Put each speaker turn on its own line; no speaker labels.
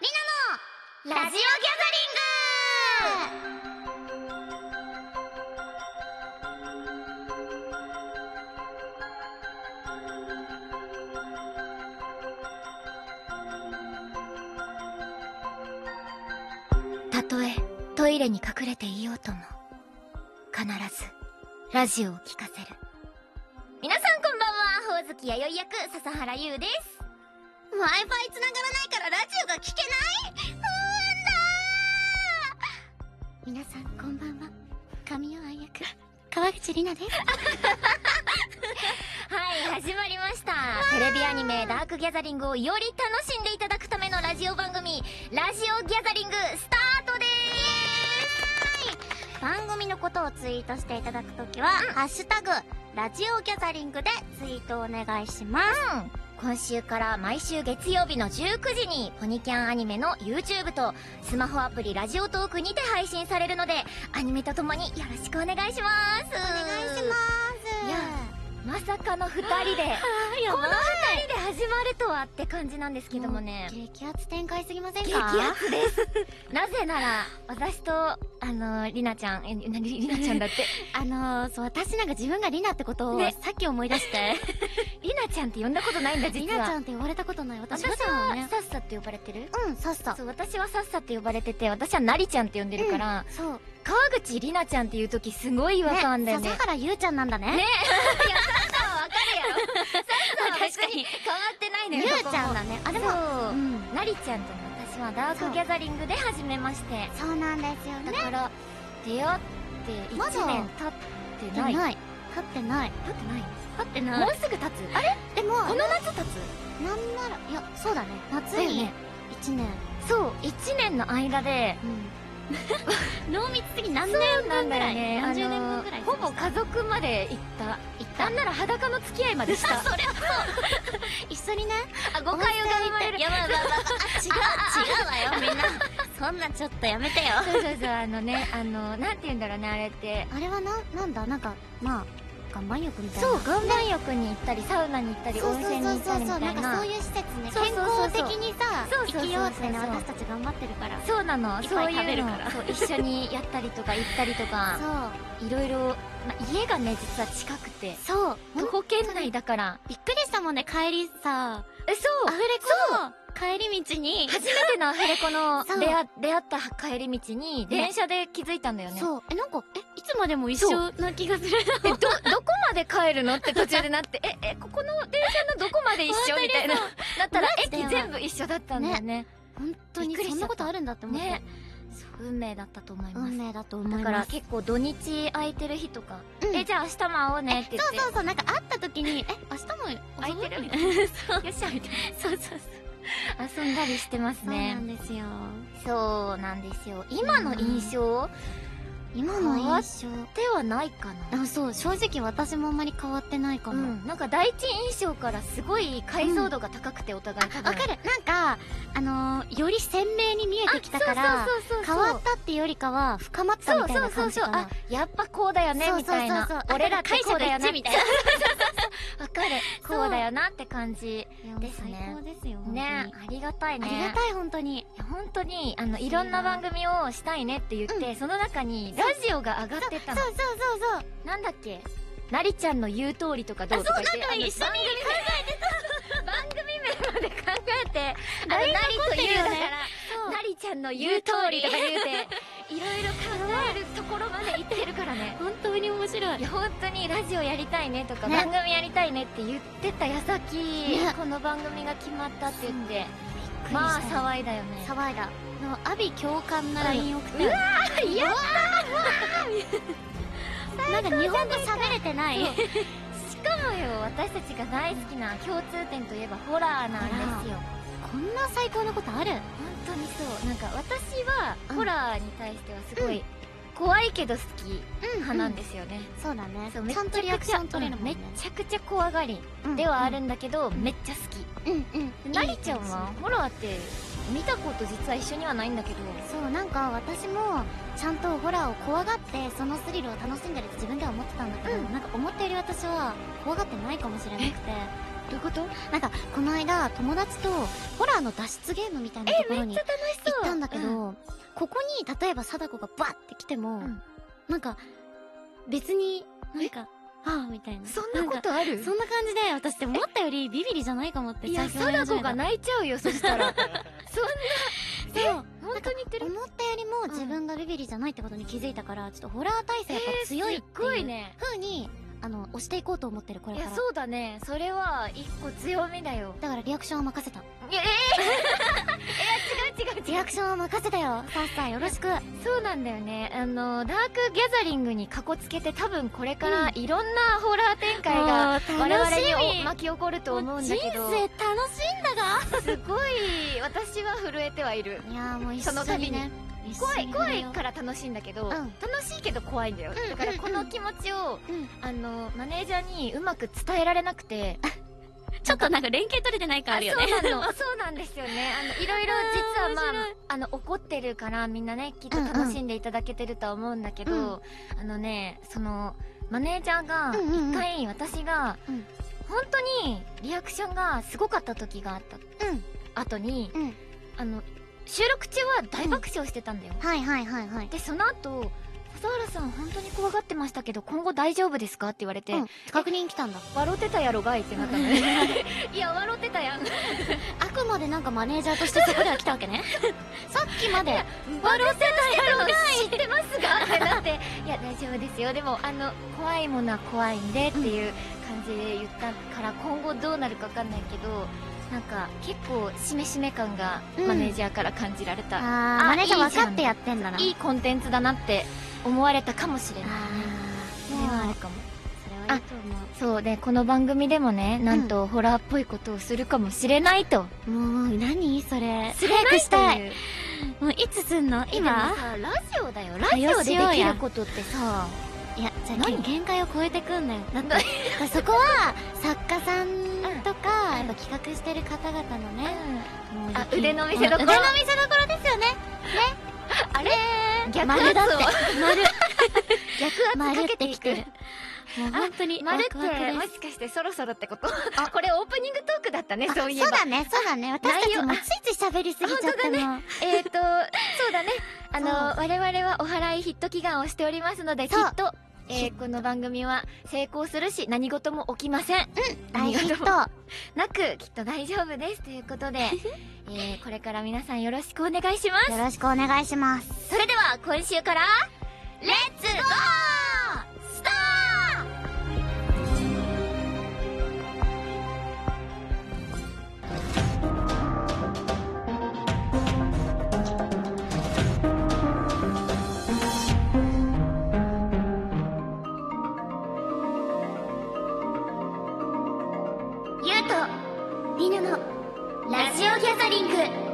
みんなのラジオギャザリングたとえトイレに隠れていようとも必ずラジオを聞かせる皆さんこんばんはほおずき弥生役笹原優です w i f i 繋がらないからラジオが聞けない不安だ皆さんこんばんは神尾愛役川口里奈です はい始まりましたテレビアニメ「ダークギャザリング」をより楽しんでいただくためのラジオ番組ラジオギャザリングスタートでーす番組のことをツイートしていただくときは、ハッシュタグ、ラジオギャザリングでツイートをお願いします。今週から毎週月曜日の19時に、ポニキャンアニメの YouTube と、スマホアプリラジオトークにて配信されるので、アニメとともによろしくお願いします。お
お願いします
いやまさかの2人で、
や
こ
ば
の
い
2人で始まるとはって感じなんですけどもね。
激アツ展開すぎませんか
激アツです。なぜなら、私と、あの、りなちゃん、え、なに、りなちゃんだ って。
あのー、そう私なんか自分がリナってことを、
ね
さっき思い出して
りなちゃんって呼んだことないんだ、
リ
実
ナちゃ
は。
んって呼ばれたことない私
私
だから
は、
ね
さっさって呼ばれてる
うんそうそう
そう、私はさっさって呼ばれてて、私はなりちゃんって呼んでるから、
そう
川口りなちゃんっていう時すごい違和感あんだよね。
笹原優ちゃんなんだね
ねわかるやろ。さっさは別に変わってないの
優
よ。
ちゃんだねあでも
そうう。
ん
なりちゃんとの私はダークギャザリングで始めまして
そうなんですよ
だ
ね
から出会って1
まだ
年経って
立っ
な
て
い
ない立ってない
経ってない
立って
も
いう
すぐ経つあれ
でも
この夏経
なんならいやそうだね夏
つだよ
に
ね
1年
そう1年の間で
うん 濃密的何年分ぐらい何十年分ぐらい
あのほぼ家族まで行った行ったなんなら裸の付き合いまでした
一緒にね
あ誤解を生まれる
いやばいやばいやばいあ違う違うわよみんなそんなちょっとやめてよ
そうそうそうあのねあのなんて言うんだろうねあれって
あれはななんだなんかまあ岩盤浴みたいな
そう岩盤浴に行ったりサウナに行ったり
そう
温
そう
泉に
そ
行
う
った
そ
り
う
み
そ
たい
うなんか
な
そういう施設ね
そうそう
健
そうそう
康的にさ
そうそうそうそう
生きようってね私たち頑張ってるから
そうなの
いっ
そ
ぱ
う
い
い
食べ
う
る
の
から
そう一緒にやったりとか行ったりとかいろいろ、まあ、家がね実は近くて
そうそう
徒
ほ
歩
ん
圏内だから
びっくりしたもんね帰りさ
えそう
アフレコの帰り道に
初めてのアフレコの
そう
出会出会った帰り道に電車で気づいたんだよね
そうえなんかえいつまでも一緒な気がする
えどどこまで帰るのって途中でなってええここの電車のどこまで一緒みたいななったら
マジ
駅
で
全部一緒だったんだよね
本当に
びっくりしちゃった
そんなことあるんだって思って
ねそう運命だったと思います
運命だと思
だ
い
から
ます
結構土日空いてる日とか、
うん
えじゃあ明日も会おうねって言って
そうそうそうなんか会った時 に「え明日も
空いてる
遊ぶ?」
み
み
た
た
い
い
な
な
よっしゃみたい
そうそうそう
な遊んだりしてます
そうな
ね
んですよ
そうなんですよ今の印象
今の印象
ではないかな、
あそう正直私もあんまり変わってないか
う
も、
ん、なんか第一印象からすごい解像度が高くてお互い多分
わかるなんかあのーより鮮明に見えてきたから
そうそうそうそう
変わったっていうよりかは深まったみたいな感じかな
あやっぱこうだよね
そうそう
みたいな
そうそうあ
俺らってこうだよ
解釈一
な
致みたい な
わかるこ
そう
うだよなって感じ
いやもう
ですね
最高ですよ本当に
ねありがたい
あ
ね
りがたい本当に
いや本当にあのいろんな番組をしたいねって言って、その中にラジオが上がって
そ
た
う
の
そうそうそう
なんだっけなりちゃんの言う通りとかどうとか言って
あそうなんか一緒
に考えてた番組名まで考えてあのな
だい
りと言う
ぶ
だか
残ってるよね
らなりちゃんの言う通りとか言うて いろいろ考えるところまで行ってるからね
本当に面白い
いや本当にラジオやりたいねとか、
ね
番組やりたいねって言ってた矢先、
ね
この番組が決まったって言って
くりしたよ
まあ騒いだよね
騒いだの阿鼻共感な LINE 送って
うわーや
なんか日本語喋れてない
そうしかもよ私たちが大好きな共通点といえばホラーなんですよ
こんな最高なことある
本当にそうなんか私は
うん
ホラーに対してはすご
う
い怖いけど好き
うん
派なんですよね、
そうだね
そう
ちゃんとリアクション取れるもんね
めちゃくちゃ怖がりではあるんだけど、めっちゃ好き
うんうん
でなりちゃんはホラーって見たこと実は一緒にはないんだけど
そうなんか私もちゃんとホラーを怖がってそのスリルを楽しんでるって自分では思ってたんだけど、
うん
なんか思ったより私は怖がってないかもしれなくてどういうことなんかこの間友達とホラーの脱出ゲームみたいなところに行ったんだけど、ここに例えば貞子がバッて来ても、
うん
なんか別になんかああみたいな
そんな
なん
こ
か
とある
そんな感じで私って思ったよりビビリじゃないかもって
いや
最近思
貞
始め
子
た
が泣いちゃうよそしたら
そう
本当に言ってる
思ったよりも自分がビビリじゃないってことに気づいたから、ちょっとホラー体制やっぱ強いっ
すってご
い
いうね
風に、あの、押していこうと思ってるこれ
い
から
や。そうだねそれは一個強みだよ
だからリアクションを任せた。
いや えーいや違う違う違う
リアクションを任せたよ。さっさんよろしく。
そうなんだよねあのダークギャザリングにかこつけて多分これからいろんなホラー展開が
我
我々にお
も
巻き起こると思う
うん人
だ
生
けど
楽しいんだが
すごい私は震えてはいる
いやーもう一
その
緒
度
に
に
ね。
怖い怖い
か
から楽しいんだけど、
ん
楽しいけど怖いんだよ、
うん
だから
うん
この気持ちを、
うん
あのマネージャーにうまく伝えられなくて
ちょっとなんか連携取れてない感あるよね。
そうなのそうなんですよねあのいろいろ
あー
実はま
面
ああの怒ってるからみんなねきっと楽しんでいただけてるとは思うんだけど、
うんうん
あのねそのマネージャーが
うんうんうん
一回私が、
うん
本当にリアクションがすごかった時があった
うん。
後に、
うん
あの収録中は大爆笑してたんだよ、
はいはいはいはい。
でその後笹原さん本当に怖がってましたけど今後大丈夫ですか?」って言われて「
うん確認来たんだ。
笑ってたやろがい」ってなったの ねいや笑ってたやん
あくまでなんかマネージャーとしてそこでは来たわけ ね。さっきまで。
笑ってたやろがい知ってますかってなって「いや大丈夫ですよでもあの怖いものは怖いんで」っていう感じで言ったから今後どうなるかわかんないけどなんか結構しめしめ感がマネージャーから感じられ
あー
た、
マネージャー
いい
分
じゃん
かってやってんだな。
いいコンテンツだなって思われたかもしれないねそれはあ
あ
るかも
それはいいと思う。
そうでこの番組でもねなんとホラーっぽいことをするかもしれないと、
もう何それ
す
早くしたい
い
もういつすんの
今
今
さラジオだよラジオでできることってさ
いやじゃあ
何
限界を超えてくんだよだってそこは作家さんとか、
うん
やっぱ企画してる方々の
う
ね、もう
あ腕の見せ所
腕の見せ所ですよね
あれ逆圧を
丸だって 丸
逆圧
丸
か
っ
け
て
てい
き
く
てるもう本当に
丸っ
ワクワ
ても
クで
しかしてそろそろってこと これオープニングトークだったね
す
そういえ
あ
ば
そうだねそうだね私たちもついつい喋りすぎちゃっても、
えっと そうだねあの
そ
我々はお祓いヒット祈願をしておりますのできっ
そう
と、えーこの番組は成功するし何事も起きません
大ヒット
なくきっと大丈夫ですということ で、えーこれから皆さんよろしくお願いします
よろしくお願いします
それでは今週からレッツゴースタ
ゆうとりなのラジオギャザリング